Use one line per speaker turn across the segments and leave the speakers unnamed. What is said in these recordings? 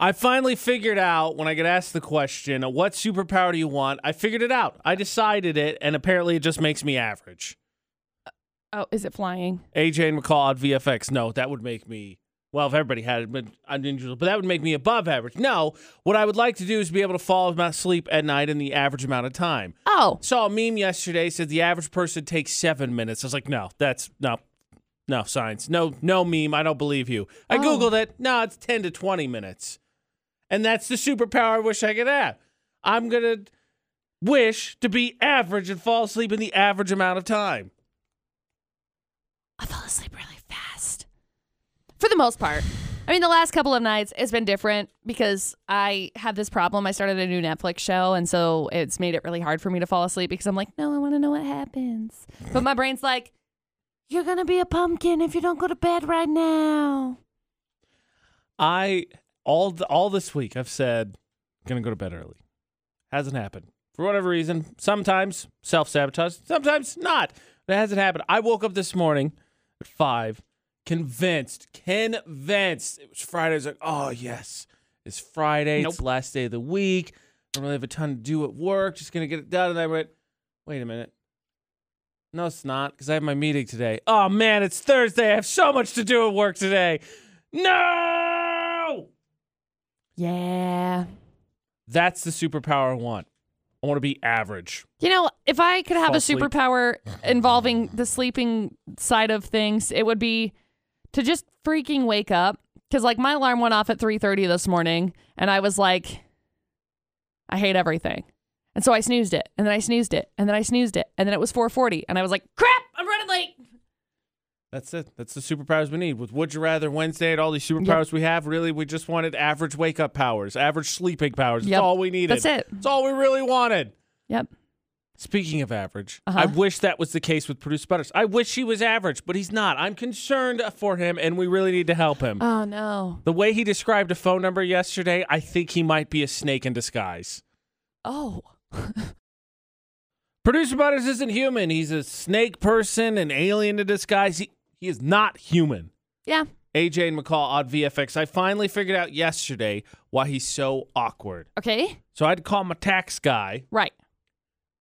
I finally figured out when I get asked the question, "What superpower do you want?" I figured it out. I decided it, and apparently, it just makes me average.
Oh, is it flying?
AJ and McCall at VFX. No, that would make me. Well, if everybody had it, but unusual, but that would make me above average. No, what I would like to do is be able to fall asleep at night in the average amount of time.
Oh,
Saw a meme yesterday said the average person takes seven minutes. I was like, no, that's no, no science, no, no meme. I don't believe you. I
Oh.
googled it. No, it's ten to twenty minutes, and that's the superpower I wish I could have. I'm gonna wish to be average and fall asleep in the average amount of time.
I fell asleep really fast. For the most part. I mean, the last couple of nights it's been different because I had this problem. I started a new Netflix show, and so it's made it really hard for me to fall asleep because I'm like, no, I want to know what happens. But my brain's like, you're going to be a pumpkin if you don't go to bed right now.
I all th- all this week I've said I'm gonna go to bed early. Hasn't happened for whatever reason. Sometimes self sabotage, sometimes not. But it hasn't happened. I woke up this morning at five, convinced, convinced it was Friday. I was like, oh yes, it's Friday. It's the last day of the week. I don't really have a ton to do at work. Just gonna get it done. And I went, wait a minute. No, it's not because I have my meeting today. Oh man, it's Thursday. I have so much to do at work today. No!
Yeah.
That's the superpower I want. I want to be average.
You know, if I could have
Fall
a
asleep.
superpower involving the sleeping side of things, it would be to just freaking wake up. Cause like my alarm went off at 3:30 this morning, and I was like, I hate everything, and so I snoozed it, and then I snoozed it, and then I snoozed it, and then it was 4:40, and I was like, crap, I'm running late.
That's it. That's the superpowers we need. With Would You Rather Wednesday and all these superpowers we have, really, we just wanted average wake up powers, average sleeping powers.
Yep.
That's all we needed.
That's it.
That's all we really wanted.
Yep.
Speaking of average,
Uh-huh.
I wish that was the case with Produce Butters. I wish he was average, but he's not. I'm concerned for him, and we really need to help him.
Oh no.
the way he described a phone number yesterday, I think he might be a snake in disguise.
Oh.
Producer Butters isn't human. He's a snake person, an alien in disguise. He, he is not human.
Yeah.
AJ and McCall on VFX. I finally figured out yesterday why he's so awkward.
Okay.
So I had to call my tax guy,
Right.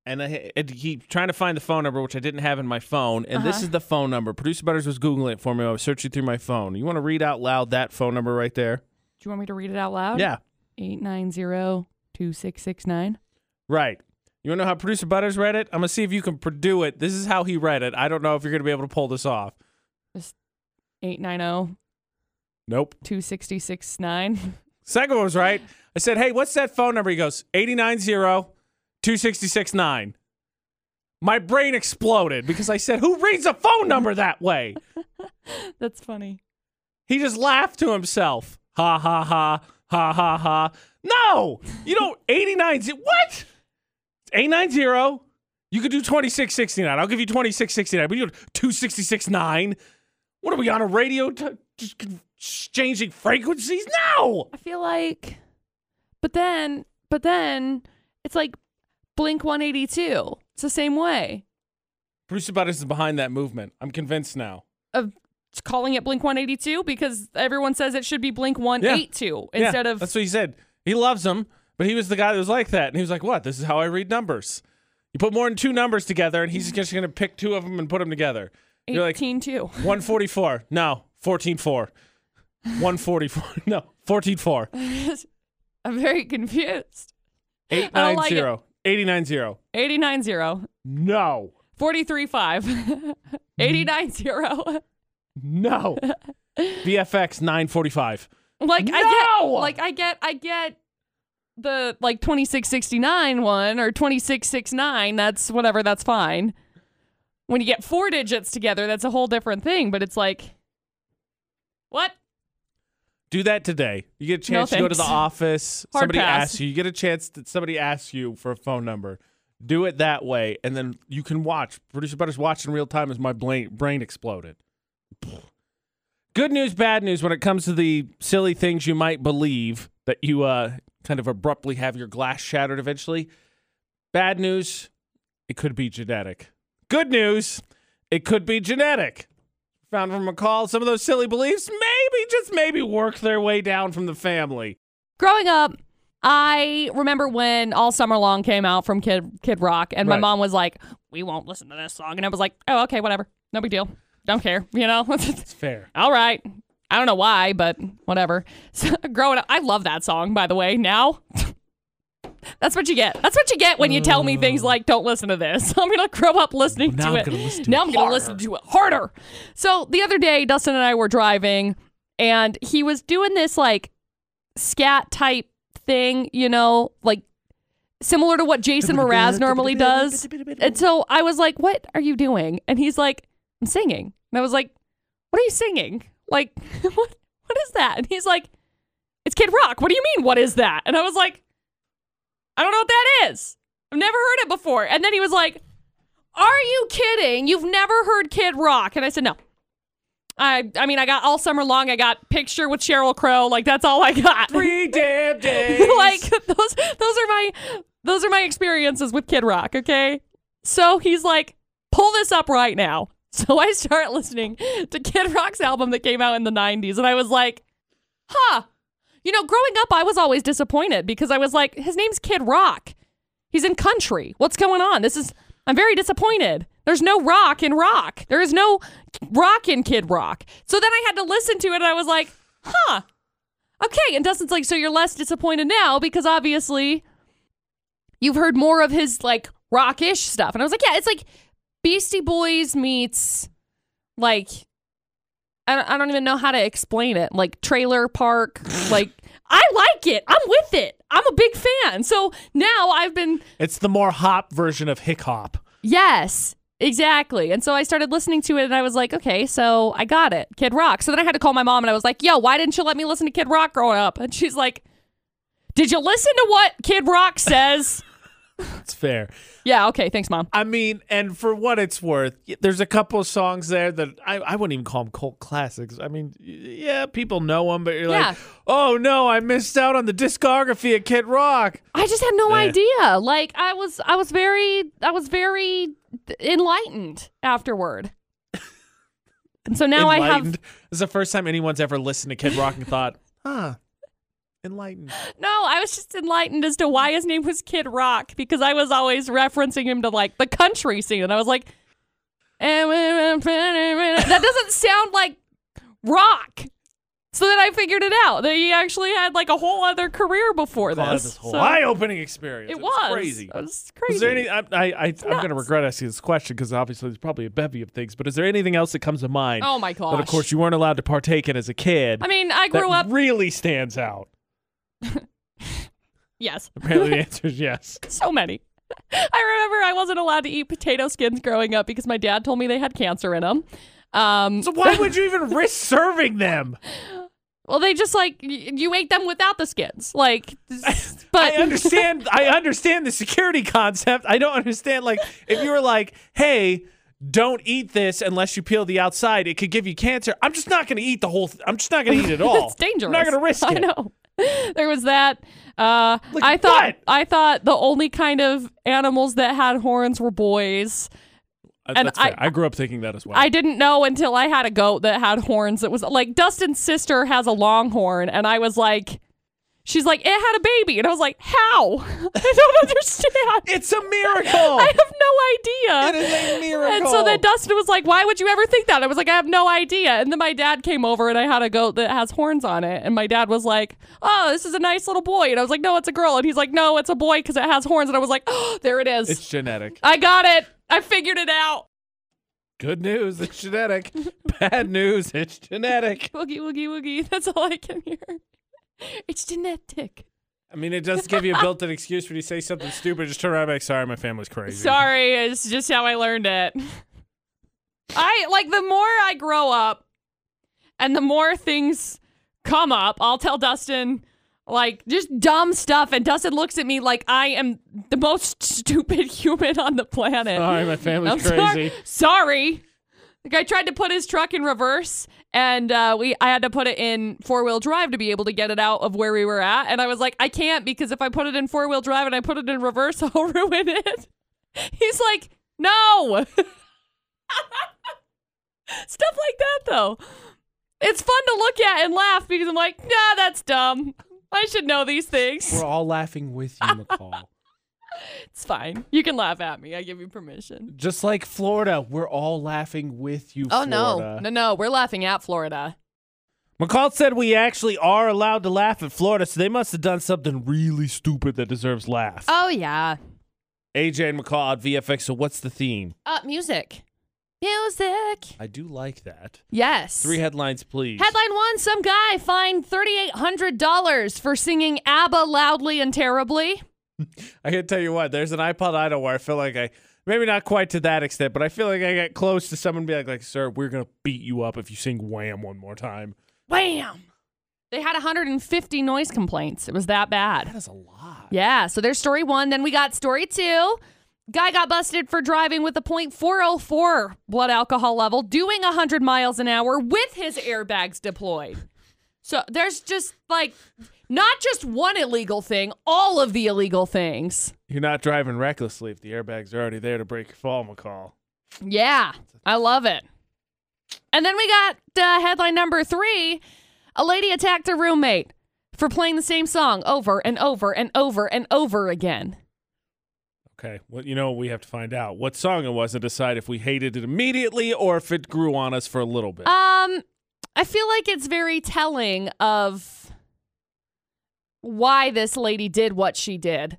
and I and he trying to find the phone number, which I didn't have in my phone. And this
Uh-huh.
is the phone number. Producer Butters was googling it for me. I was searching through my phone. You want to read out loud that phone number right there?
Do you want me to read it out loud?
Yeah,
Eight nine zero two six six nine.
right. You want to know how Producer Butters read it? I'm gonna see if you can do it. This is how he read it. I don't know if you're gonna be able to pull this off.
Eight nine oh zero
Nope.
two sixty six nine.
Second one was right. I said, hey, what's that phone number? He goes, 890-2669. My brain exploded because I said, who reads a phone number that way?
That's funny.
He just laughed to himself. Ha ha ha. Ha ha ha. No! You don't 89 what? 890. You could do 2669. I'll give you 2669, but you 2669. What are we on a radio t- just exchanging frequencies? No!
I feel like, but then, but then it's like Blink 182. It's the same way
Bruce Butters is behind that movement. I'm convinced now.
of just calling it Blink 182 because everyone says it should be Blink 182
Yeah,
instead of.
that's what he said. He loves them, but he was the guy that was like that, and he was like, "What? This is how I read numbers. You put more than two numbers together, and he's just going to pick two of them and put them together. You're like
18 2.
144. No, 144. 144. No, 144.
I'm very confused. I don't like
890. 890.
89 0,
No,
43 5, 89 0.
no. BFX 945.
Like I
No!
get, like I get, I get the like twenty six sixty nine one or twenty six six nine. That's whatever. That's fine. When you get four digits together, that's a whole different thing. But it's like, what?
Do that today. You get a
No,
chance to go to the
thanks.
office.
Hard
somebody
pass.
asks you. You get a chance that somebody asks you for a phone number. Do it that way, and then you can watch. Producer Butters watch in real time as my brain brain exploded. Good news, bad news when it comes to the silly things you might believe that you uh, kind of abruptly have your glass shattered eventually. Bad news, it could be genetic. Good news, it could be genetic found from McCall, some of those silly beliefs maybe, just maybe, work their way down from the family.
growing up, I remember when All Summer Long came out from Kid Kid Rock, and my
Right.
mom was like, "We won't listen to this song," and I was like, "Oh, okay, whatever, no big deal, don't care," you know.
It's fair.
All right. I don't know why, but whatever. So, growing up, I love that song, by the way. Now, that's what you get. That's what you get when you tell me things like, don't listen to this. I'm going to grow up listening
Now
to
I'm
it.
gonna listen to
now
it
I'm going to listen to it harder. So the other day, Dustin and I were driving, and he was doing this like scat type thing, you know, like similar to what Jason Mraz normally does. And so I was like, "What are you doing?" And he's like, "I'm singing." And I was like, "What are you singing? Like, what what is that?" And he's like, "It's Kid Rock." What do you mean? What is that? And I was like, "I don't know what that is. I've never heard it before." And then he was like, "Are you kidding? You've never heard Kid Rock?" And I said, "No." I I mean, I got all summer long. I got picture with Cheryl Crow. Like that's all I got.
Three damn days.
like those those are my those are my experiences with Kid Rock, okay? So he's like, pull this up right now. So I start listening to Kid Rock's album that came out in the 90s and I was like, huh. You know, growing up I was always disappointed because I was like, his name's Kid Rock. He's in country. What's going on? This is I'm very disappointed. There's no rock in rock. There is no rock in Kid Rock. So then I had to listen to it and I was like, huh. Okay, and Dustin's like, so you're less disappointed now because obviously you've heard more of his like rockish stuff. And I was like, yeah, it's like Beastie Boys meets like I don't, I don't even know how to explain it. Like Trailer Park, like I like it. I'm with it. I'm a big fan. So now I've been
It's the more hop version of hick hop.
Yes, exactly. And so I started listening to it and I was like, okay, so I got it. Kid Rock. So then I had to call my mom and I was like, yo, why didn't you let me listen to Kid Rock growing up? And she's like, did you listen to what Kid Rock says?
It's fair.
yeah, okay, thanks, mom.
I mean, and for what it's worth, y- there's a couple of songs there that I, I wouldn't even call them cult classics. I mean, y- yeah, people know them, but you're
Yeah.
like, oh no, I missed out on the discography of Kid Rock.
I just had no
Yeah.
idea. Like I was I was very I was very enlightened afterward. And so now I have
enlightened. This is the first time anyone's ever listened to Kid Rock and thought, huh, enlightened.
No, I was just enlightened as to why his name was Kid Rock because I was always referencing him to like the country scene. And I was like, "And we were pretty, pretty." that doesn't sound like rock. So then I figured it out that he actually had like a whole other career before
God,
this.
this whole
So
eye-opening experience.
it was
crazy.
It was
Was
crazy.
there any? I, I, I I'm going to
nuts.
regret asking this question because obviously there's probably a bevy of things. But is there anything else that comes to mind
oh my gosh!
that, of course, you weren't allowed to partake in as a kid?
I mean, I
that
grew up.
really stands out.
Yes,
Apparently, the answer is yes.
so many. I remember I wasn't allowed to eat potato skins growing up because my dad told me they had cancer in them. Um,
So why would you even risk serving them?
Well, they just like y- you ate them without the skins, like. s- But
I understand. I understand the security concept. I don't understand like if you were like, hey. Don't eat this unless you peel the outside. It could give you cancer. I'm just not going to eat the whole. Th- I'm just not going to eat it all.
it's dangerous.
I'm not going to risk it.
I know. There was that. Uh,
Like,
I thought
what?
I thought the only kind of animals that had horns were boys.
Uh,
And
that's fair.
I-
I grew up thinking that as well.
I didn't know until I had a goat that had horns. It was like Dustin's sister has a longhorn, and I was like, she's like, it had a baby, and I was like, how? I don't understand.
It's a miracle.
I have no idea.
it is a miracle.
And so then Dustin was like, "Why would you ever think that?" I was like, "I have no idea." And then my dad came over, and I had a goat that has horns on it. And my dad was like, "Oh, this is a nice little boy." And I was like, "No, it's a girl." And he's like, "No, it's a boy because it has horns." And I was like, "Oh, there it is.
it's genetic.
I got it. I figured it out."
Good news, it's genetic. Bad news, it's genetic.
Woogie woogie woogie. That's all I can hear. It's genetic.
I mean, it does give you a built-in excuse when you say something stupid. Just turn around and be like, sorry, my family's crazy.
Sorry, it's just how I learned it. I like the more I grow up and the more things come up, I'll tell Dustin like just dumb stuff and Dustin looks at me like I am the most stupid human on the planet.
Sorry, my family's
I'm sor-
crazy.
Sorry. The guy tried to put his truck in reverse and uh, we I had to put it in four-wheel drive to be able to get it out of where we were at and I was like I can't because if I put it in four-wheel drive and I put it in reverse I'll ruin it. He's like, "No." Stuff like that though. It's fun to look at and laugh because I'm like, "Nah, that's dumb." I should know these things.
We're all laughing with you, McCall.
It's fine. You can laugh at me. I give you permission.
Just like Florida, we're all laughing with you.
Oh no,
Florida.
no, no. We're laughing at Florida.
McCall said we actually are allowed to laugh at Florida, so they must have done something really stupid that deserves laugh.
Oh yeah.
AJ and McCall at VFX. So what's the theme?
Uh, music. Music.
I do like that.
Yes.
Three headlines, please.
Headline one Some guy fined $3,800 for singing ABBA loudly and terribly.
I can tell you what. There's an iPod Idol where I feel like I maybe not quite to that extent, but I feel like I got close to someone being like, like "Sir, we're gonna beat you up if you sing Wham one more time."
Wham! They had 150 noise complaints. It was that bad.
That is a lot.
Yeah, so there's story one. Then we got story two. Guy got busted for driving with a .404 blood alcohol level, doing 100 miles an hour with his airbags deployed. So there's just like not just one illegal thing, all of the illegal things.
You're not driving recklessly if the airbags are already there to break your fall, McCall.
Yeah, I love it. And then we got uh, headline number three a lady attacked her roommate for playing the same song over and over and over and over again.
Okay. Well, you know, we have to find out what song it was and decide if we hated it immediately or if it grew on us for a little bit.
Um, I feel like it's very telling of why this lady did what she did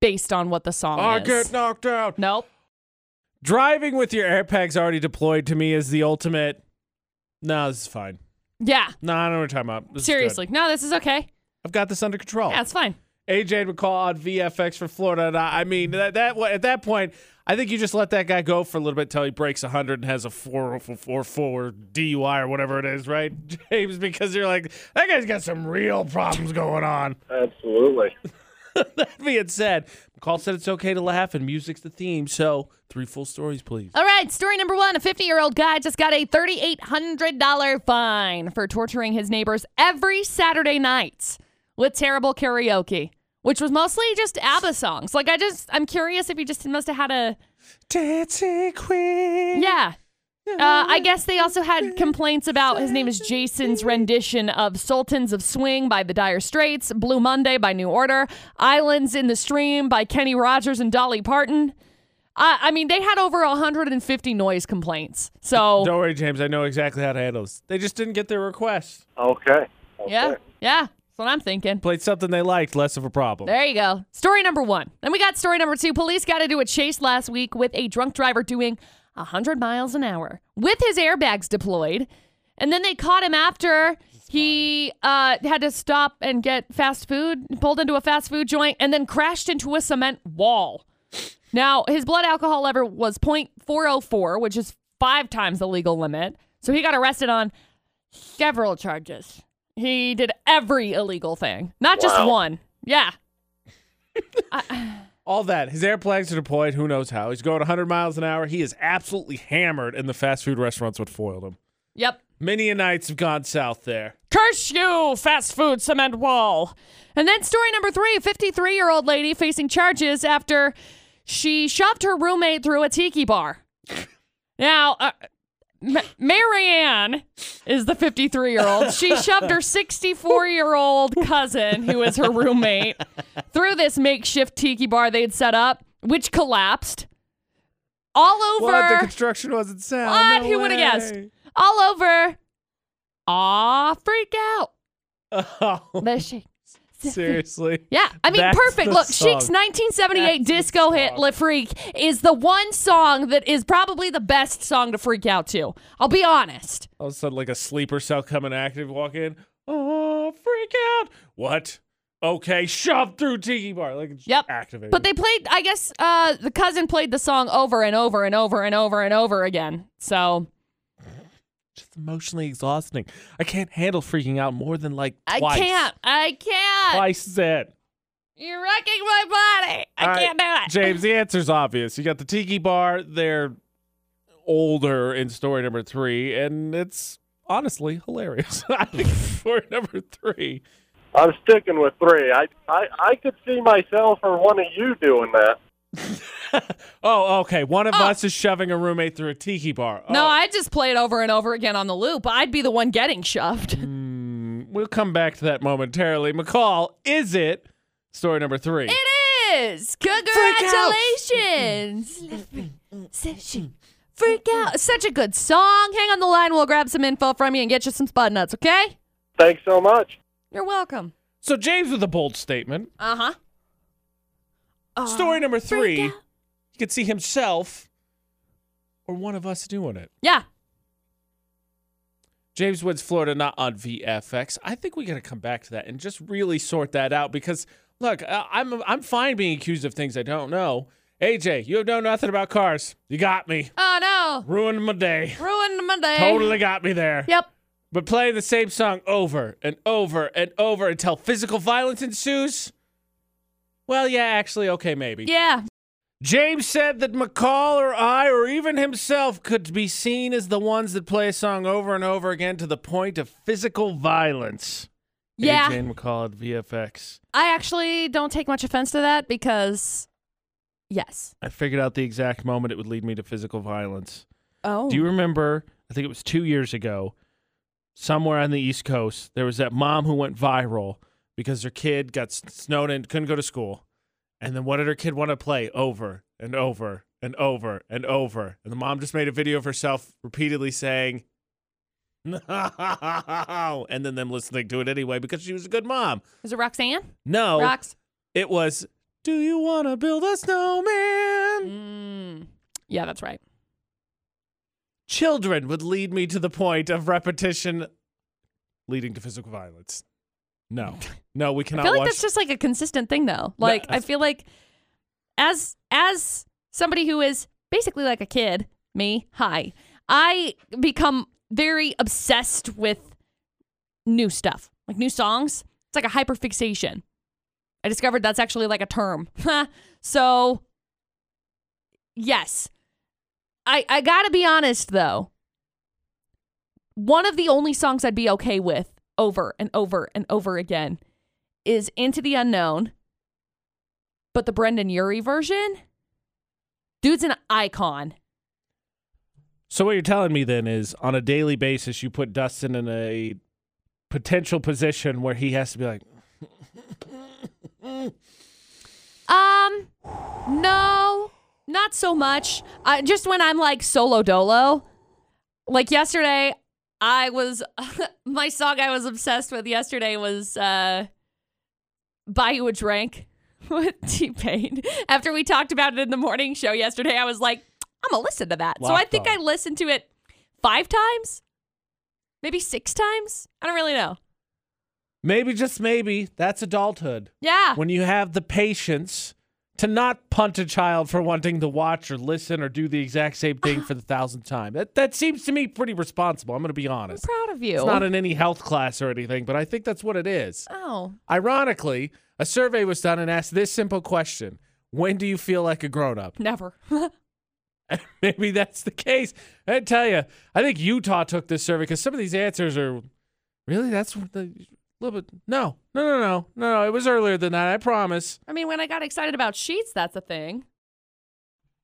based on what the song
I
is.
get knocked out.
nope.
Driving with your airbags already deployed to me is the ultimate. No, this is fine.
Yeah,
No, I don't know what you're talking about. This is good. Oh.
seriously. No, this is okay.
I've got this under control.
Yeah, it's fine.
AJ would call on VFX for Florida. And I, I mean, that, that wa- at that point, I think you just let that guy go for a little bit till he breaks 100 and has a 444 DUI or whatever it is, right, James? Because you're like, that guy's got some real problems going on.
Absolutely.
that being said, McCall said it's okay to laugh and music's the theme. So, three full stories, please.
All right, story number one a 50 year old guy just got a $3,800 fine for torturing his neighbors every Saturday night with terrible karaoke, which was mostly just ABBA songs. Like, I just, I'm curious if he just must have had a,
Dancing Queen.
yeah. Uh, I guess they also had complaints about his name is Jason's rendition of Sultans of Swing by the Dire Straits, Blue Monday by New Order, Islands in the Stream by Kenny Rogers and Dolly Parton. I, I mean, they had over 150 noise complaints. So,
Don't worry, James. I know exactly how to handle this. They just didn't get their request.
Okay. okay.
yeah, yeah, that's what I'm thinking.
Played something they liked, less of a problem.
There you go. Story number one. Then we got story number two. Police got into a chase last week with a drunk driver doing 100 miles an hour with his airbags deployed. And then they caught him after he uh, had to stop and get fast food, pulled into a fast food joint, and then crashed into a cement wall. Now, his blood alcohol level was 0.404, which is five times the legal limit. So he got arrested on several charges. He did every illegal thing, not just
Wow.
one. Yeah.
All that. His airplanes are deployed. Who knows how? He's going 100 miles an hour. He is absolutely hammered, and the fast food restaurants would foil him.
Yep.
Many a nights have gone south there.
Curse you, fast food cement wall. And then story number three 53 year old lady facing charges after she shoved her roommate through a tiki bar. Now, uh, M- Marianne is the 53 year old. She shoved her 64 year old cousin, who is her roommate, through this makeshift tiki bar they'd set up, which collapsed. All over.
What? The construction wasn't sound.
What?
No
Who would have guessed?
way.
All over. Aw, freak out.
Oh,
The shake.
seriously.
Yeah, I mean,
That's
perfect.
the
Look,
song.
Chic's 1978
That's the
disco hit
song.
"La Freak" is the one song that is probably the best song to freak out to. I'll be honest.
All of a sudden, like a sleeper cell coming active, walk in. Oh, freak out. What? Okay, shove through Tiki Bar. Like, it's
Yep.
activated.
But they played, I guess, uh, the cousin played the song over and over and over and over and over again. So
just emotionally exhausting. I can't handle freaking out more than like
I
twice.
can't, I can't.
Twice that.
You're wrecking my body. I
All right,
can't do it.
James, the answer's obvious. You got the Tiki Bar. They're older in story number three, and it's honestly hilarious. I think story number three.
I'm sticking with three. I, I I could see myself or one of you doing that.
Oh, okay. One of
Oh.
us is shoving a roommate through a Tiki Bar.
No,
Oh.
I just play it over and over again on the loop. I'd be the one getting shoved.
Mm, we'll come back to that momentarily. McCall, is it story number three?
It is. Congratulations. Freak out. Such a good song. Hang on the line. We'll grab some info from you and get you some spud nuts, okay?
Thanks so much.
You're welcome.
so James with a bold statement.
Uh-huh. Uh,
story number
freak
three.
out.
You could see himself or one of us doing it.
Yeah.
James wins Florida not on VFX. I think we got to come back to that and just really sort that out because look, I- I'm I'm fine being accused of things I don't know. AJ, you know nothing about cars. You got me.
Oh,
Ruined my day.
no. Ruined my day.
Totally got me there.
Yep.
But play the same song over and over and over until physical violence ensues? Well, yeah, actually, okay, maybe.
Yeah.
James said that McCall or I or even himself could be seen as the ones that play a song over and over again to the point of physical violence.
Yeah.
AJ and McCall at VFX.
I actually don't take much offense to that because yes.
I figured out the exact moment it would lead me to physical violence.
Oh.
Do you remember? I think it was two years ago, somewhere on the East Coast, there was that mom who went viral because her kid got s- snowed in, couldn't go to school. And then what did her kid want to play over and over and over and over? And the mom just made a video of herself repeatedly saying, no, and then them listening to it anyway because she was a good mom.
Is it Roxanne?
No,
Rox.
it was, Do you want to build a snowman?
Mm. Yeah, that's right.
children would lead me to the point of repetition leading to physical violence. No, no, we
I
cannot
feel like
watch.
that's just like a consistent thing though. Like I feel like as as somebody who is basically like a kid, me, hi, I become very obsessed with new stuff, like new songs. It's like a hyperfixation. I discovered that's actually like a term. so yes. I I got to be honest though. One of the only songs I'd be okay with over and over and over again is Into the Unknown, but the Brendan Urie version, dude's an icon.
so what you're telling me then is, on a daily basis, you put Dustin in a potential position where he has to be like,
Um, no, not so much. I, just when I'm like solo dolo, like yesterday, I was my song I was obsessed with yesterday was uh, "Buy You a Drink" with T Pain. After we talked about it in the morning show yesterday, I was like, I'm gonna listen to that. so I
Locked
think
on.
I listened to it five times, maybe six times. I don't really know.
maybe just maybe that's adulthood
Yeah,
when you have the patience to not punt a child for wanting to watch or listen or do the exact same thing for the thousandth time. That that seems to me pretty responsible. I'm going to be
I'm
honest.
proud of you.
It's not in any health class or anything, but I think that's what it is.
oh,
Ironically, a survey was done and asked this simple question When do you feel like a grown up?
never.
Maybe that's the case. I tell you, I think Utah took this survey because some of these answers are really, that's what the. Little bit. No, no, no, no, no, no. It was earlier than that. I promise.
I mean, when I got excited about sheets, that's a thing.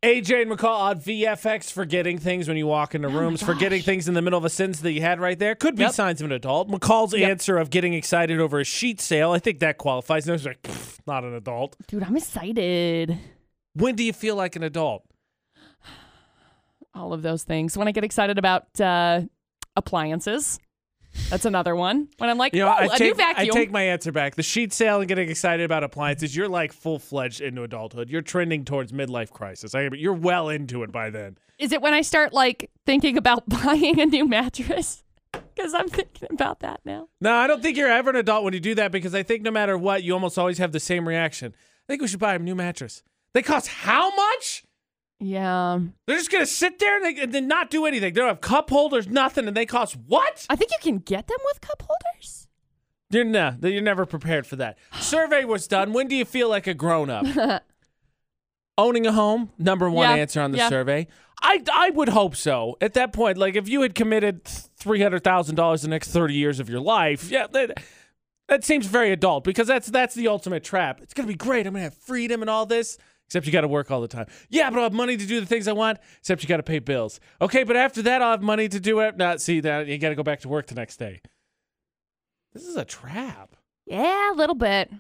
AJ and McCall on VFX, forgetting things when you walk into
Oh my
rooms, forgetting
gosh.
things in the middle of a sentence that you had right there. Could be
Yep.
signs of an adult. McCall's
Yep.
answer of getting excited over a sheet sale, I think that qualifies. And I was like, "Pfft, not an adult.
Dude, I'm excited.
When do you feel like an adult?
All of those things. When I get excited about uh, appliances, that's another one. When I'm like,
You know,
"Ooh,
I,
Oh, a
take,
new
I
vacuum.
take my answer back. The sheet sale and getting excited about appliances, you're like full fledged into adulthood. You're trending towards midlife crisis. I, you're well into it by then.
Is it when I start like thinking about buying a new mattress? Because I'm thinking about that now.
No, I don't think you're ever an adult when you do that because I think no matter what, you almost always have the same reaction. I think we should buy a new mattress. They cost how much?
Yeah.
They're just gonna sit there and, they, and then not do anything. They don't have cup holders, nothing, and they cost what?
I think you can get them with cup holders.
You're nah, you're never prepared for that. Survey was done. When do you feel like a grown up? Owning a home, number one
Yeah,
answer on the
yeah.
survey. I I would hope so. At that point, like if you had committed three hundred thousand dollars the next thirty years of your life, yeah. That, that seems very adult because that's that's the ultimate trap. It's gonna be great. I'm gonna have freedom and all this. Except you gotta work all the time. Yeah, but I'll have money to do the things I want, except you gotta pay bills. Okay, but after that I'll have money to do it. Not see that you gotta go back to work the next day. This is a trap.
Yeah, a little bit.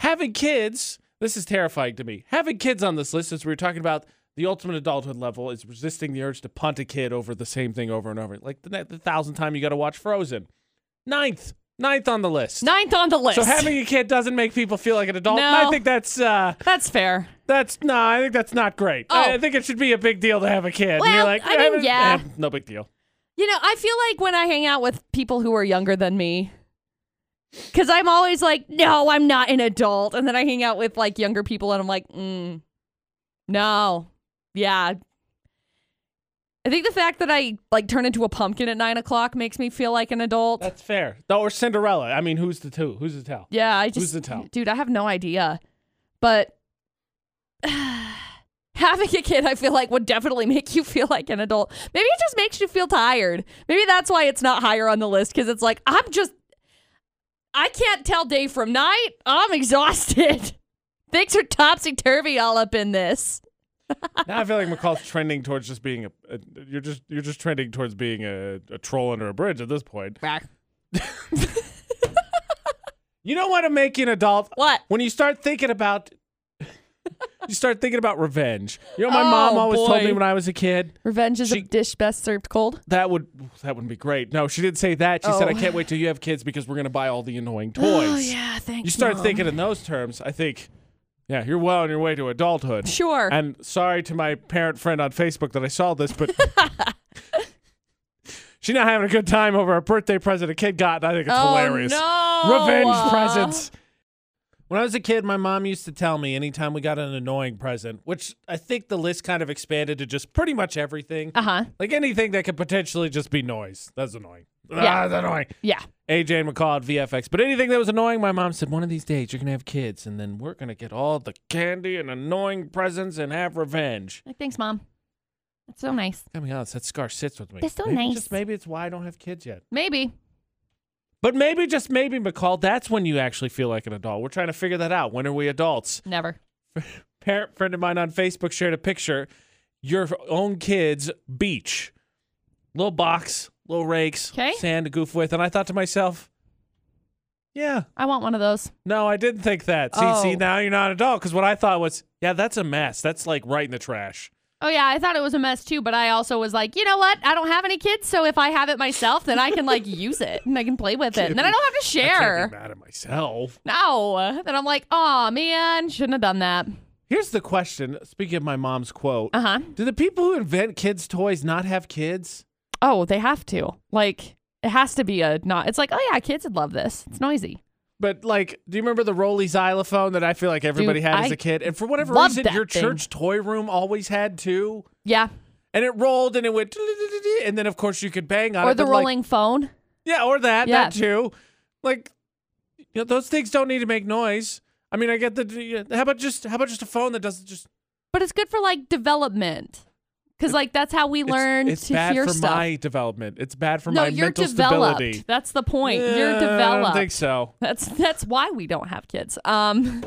Having kids, this is terrifying to me. Having kids on this list, since we were talking about the ultimate adulthood level, is resisting the urge to punt a kid over the same thing over and over. Like the, the thousandth time you got to watch Frozen. Ninth, ninth on the list.
Ninth on the list.
So having a kid doesn't make people feel like an adult. and I
No.
think that's uh,
That's fair.
that's no, I think that's not great. I,
Oh.
I think it should be a big deal to have a kid. And you're
Well,
like,
I mean,
eh,
yeah.
eh, no big deal.
You know, I feel like when I hang out with people who are younger than me, because I'm always like, no, I'm not an adult. And then I hang out with like younger people and I'm like, mm, no, yeah. I think the fact that I like turn into a pumpkin at nine o'clock makes me feel like an adult.
That's fair. No, or Cinderella. I mean, who's the two? Who's the tell?
yeah, I
Who's
just,
to tell?
dude, I have no idea. But having a kid, I feel like would definitely make you feel like an adult. Maybe it just makes you feel tired. Maybe that's why it's not higher on the list because it's like, I'm just, I can't tell day from night. I'm exhausted. Things are topsy turvy all up in this.
now I feel like McCall's trending towards just being a, a you're just you're just trending towards being a, a troll under a bridge at this point. You don't want to make you an adult
What?
when you start thinking about you start thinking about revenge. You know, my mom
Oh,
always told
boy.
me when I was a kid.
Revenge is
She-
a dish best served cold.
That would that wouldn't be great. No, she didn't say that. She said, "I
Oh.
can't wait till you have kids because we're gonna buy all the annoying toys."
Oh, yeah, thanks.
You start
Mom.
thinking in those terms. I think, yeah, you're well on your way to adulthood.
Sure.
And sorry to my parent friend on Facebook that I saw this, but she's not having a good time over a birthday present a kid got. And I think it's
oh,
hilarious.
No.
Revenge presents. When I was a kid, my mom used to tell me anytime we got an annoying present, which I think the list kind of expanded to just pretty much everything.
Uh huh.
Like anything that could potentially just be noise. That's annoying.
Yeah.
Ah, that's annoying.
Yeah.
AJ and McCall at VFX. But anything that was annoying, my mom said, one of these days you're going to have kids and then we're going to get all the candy and annoying presents and have revenge.
Like, thanks, mom. That's so nice.
Coming out, that scar sits with me.
That's so
maybe
nice.
Just maybe it's why I don't have kids yet.
Maybe.
But maybe, just maybe, McCall, that's when you actually feel like an adult. We're trying to figure that out. When are we adults?
Never.
Parent friend of mine on Facebook shared a picture your own kids' beach. Little box, little rakes,
'Kay.
sand to goof with. And I thought to myself, yeah,
I want one of those.
No, I didn't think that. See, see,
Oh.
now you're not an adult. Because what I thought was, yeah, that's a mess. That's like right in the trash.
Oh yeah, I thought it was a mess too, but I also was like, you know what? I don't have any kids, so if I have it myself, then I can like use it and I can play with it, and then I don't have to
I can't be
share.
mad at myself.
No, then I'm like, oh man, shouldn't have done that.
Here's the question. Speaking of my mom's quote,
Uh huh.
do the people who invent kids' toys not have kids?
Oh, they have to. Like, it has to be a not. It's like, oh yeah, kids would love this. It's noisy.
But like, do you remember the Rolly xylophone that I feel like everybody
Dude,
had as
I
a kid? And for whatever
loved
reason,
that
your
thing.
church toy room always had two.
Yeah.
And it rolled and it went, "Doo-doo-doo-doo-doo," and then of course you could bang on it.
Or the
but, like-
rolling phone.
Yeah, or that,
Yeah.
that too. Like, you know, those things don't need to make noise. I mean, I get the. How about just how about just a phone that doesn't just
But it's good for like development, because like that's how we
it's-
learn
It's,
to
bad
hear
for
stuff.
my development. It's bad for
no,
my
you're
mental
developed.
stability.
That's the point.
Yeah,
you're developed.
I don't think so.
That's that's why we don't have kids. Um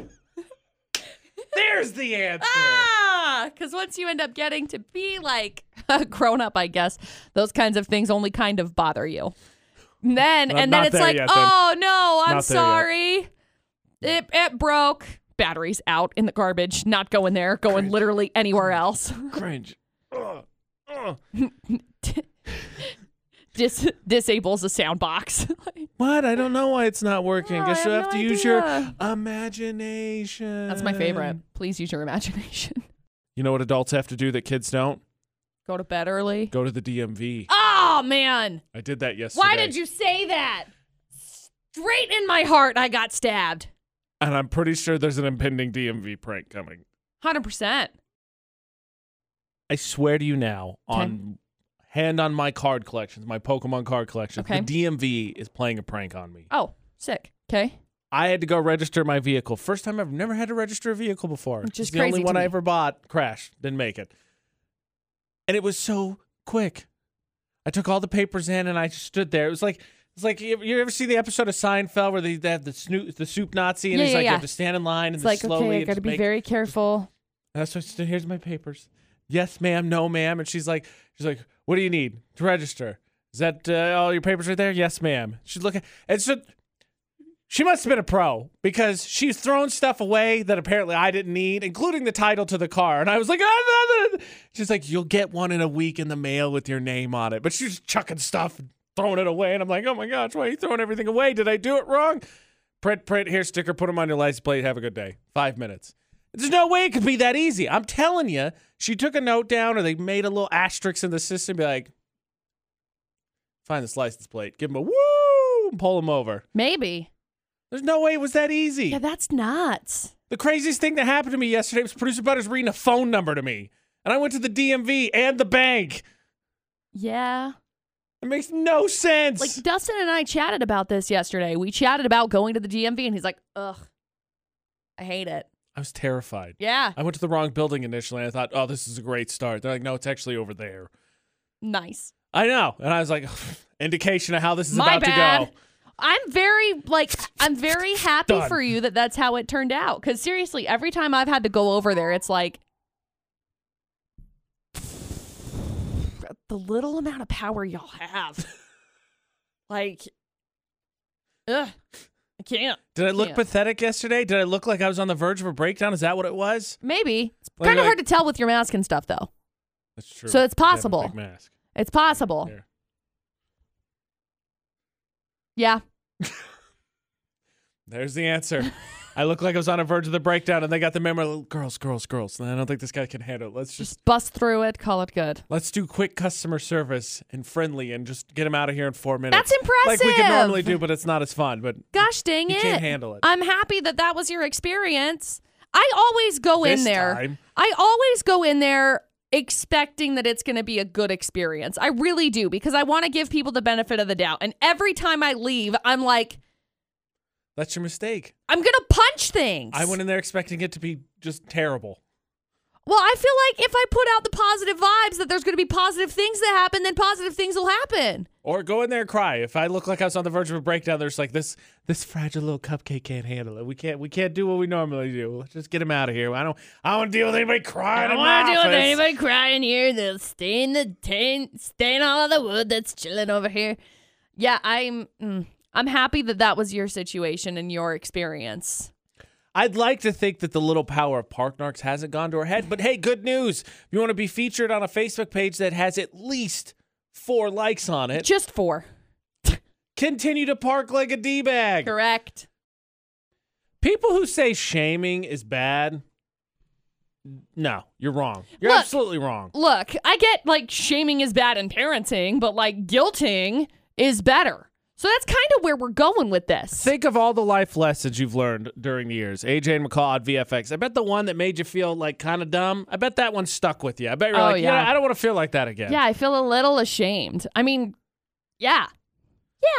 There's the answer.
ah, cuz once you end up getting to be like a grown up, I guess, those kinds of things only kind of bother you. And then
I'm
and then
not
it's
there
like,
yet, then.
"Oh no, I'm
Not there yet.
sorry. It it broke. Batteries out in the garbage. Not going there. Going literally anywhere else.
Cringe. Uh, Ugh. Ugh.
Dis- disables the sound box. Like,
What? I don't know why it's not working.
No,
Guess
I
you'll
have
have
no
to use
idea.
your imagination.
that's my favorite. Please use your imagination.
You know what adults have to do that kids don't?
Go to bed early.
Go to the DMV.
Oh man.
I did that yesterday.
Why did you say that? Straight in my heart, I got stabbed.
And I'm pretty sure there's an impending DMV prank coming.
100%.
I swear to you now, on hand on my card collections, my Pokemon card collections,
Okay.
the DMV is playing a prank on me.
Oh, sick. Okay.
I had to go register my vehicle. First time I've never had to register a vehicle before.
Which is
It's the only
crazy to
one I
me.
ever bought crashed, didn't make it. And it was so quick. I took all the papers in and I just stood there. It was like it's like you you ever see the episode of Seinfeld where they, they have the snoot, the soup Nazi and
Yeah,
he's
yeah,
like you
yeah.
have to stand in line and
It's
then
like,
slowly
okay, I
and
got to
just
be
make-
very careful.
and that's what she said, here's my papers. Yes, ma'am. No, ma'am. And she's like, she's like, what do you need to register? Is that uh, all your papers right there? Yes, ma'am. She's looking. And so She must have been a pro because she's thrown stuff away that apparently I didn't need, including the title to the car. And I was like, ah, blah, blah." she's like, you'll get one in a week in the mail with your name on it. But she's chucking stuff, and throwing it away. And I'm like, oh my gosh, why are you throwing everything away? Did I do it wrong? Print, print, here, sticker, put them on your license plate. Have a good day. Five minutes. There's no way it could be that easy. I'm telling you, she took a note down or they made a little asterisk in the system, be like, find this license plate, give them a woo, and pull them over.
Maybe.
There's no way it was that easy.
Yeah, that's nuts.
The craziest thing that happened to me yesterday was producer Butters reading a phone number to me. And I went to the DMV and the bank.
Yeah.
It makes no sense.
Like Dustin and I chatted about this yesterday. We chatted about going to the DMV and he's like, "Ugh. I hate it."
I was terrified.
Yeah.
I went to the wrong building initially and I thought, oh, this is a great start. They're like, no, it's actually over there.
Nice.
I know. And I was like, indication of how this is
My
about
bad.
to go.
I'm very like I'm very happy
Done.
for you that that's how it turned out cuz seriously, every time I've had to go over there, it's like the little amount of power y'all have. like ugh, I can't.
Did I look
Yeah.
pathetic yesterday? Did I look like I was on the verge of a breakdown? Is that what it was?
Maybe. It's
Like-
kind of
like-
hard to tell with your mask and stuff though.
That's true.
So it's
I have a
possible.
big mask.
It's possible.
There.
Yeah.
There's the answer. I look like I was on a verge of the breakdown, and they got the memo. Girls, girls, girls. I don't think this guy can handle. It. Let's just
Just bust through it, call it good.
let's do quick customer service and friendly, and just get him out of here in four minutes.
That's impressive.
Like we could normally do, but it's not as fun. But
Gosh dang
You
it.
can't handle it.
I'm happy that that was your experience. I always go
This
in there.
time.
I always go in there expecting that it's going to be a good experience. I really do because I want to give people the benefit of the doubt. And every time I leave, I'm like,
that's your mistake.
I'm going to punch things.
I went in there expecting it to be just terrible.
Well, I feel like if I put out the positive vibes that there's going to be positive things that happen, then positive things will happen.
Or go in there and cry. If I look like I was on the verge of a breakdown, there's like this this fragile little cupcake can't handle it. We can't we can't do what we normally do. Let's just get him out of here. I don't I don't want to deal with anybody crying. in my
wanna
office.
crying here. They'll stain the tain, stain all the wood that's chilling over here. Yeah, I'm. Mm, I'm happy that that was your situation and your experience.
I'd like to think that the little power of Park Narks hasn't gone to our head, but hey, good news. If you want to be featured on a Facebook page that has at least four likes on it,
Just four,
continue to park like a D bag.
correct?
People who say shaming is bad, no, you're wrong. You're
Look-
absolutely wrong.
Look, I get like shaming is bad in parenting, but like guilting is better. So that's kind of where we're going with this.
Think of all the life lessons you've learned during the years. AJ and McCall at VFX. I bet the one that made you feel like kind of dumb, I bet that one stuck with you. I bet you're
Oh,
like, yeah.
yeah.
I don't want to feel like that again.
Yeah, I feel a little ashamed. I mean, yeah,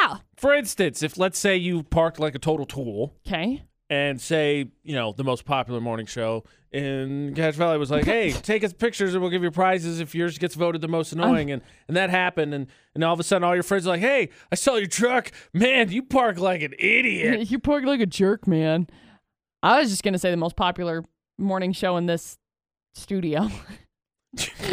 yeah.
For instance, if let's say you parked like a total tool.
Okay.
and say, you know, the most popular morning show in Cache Valley was like, hey, take us pictures and we'll give you prizes if yours gets voted the
Oh.
most annoying. And, and that happened. And, and all of a sudden, all your friends are like, hey, I saw your truck. Man, you park like an idiot.
you park like a jerk, man. I was just gonna say the most popular morning show in this studio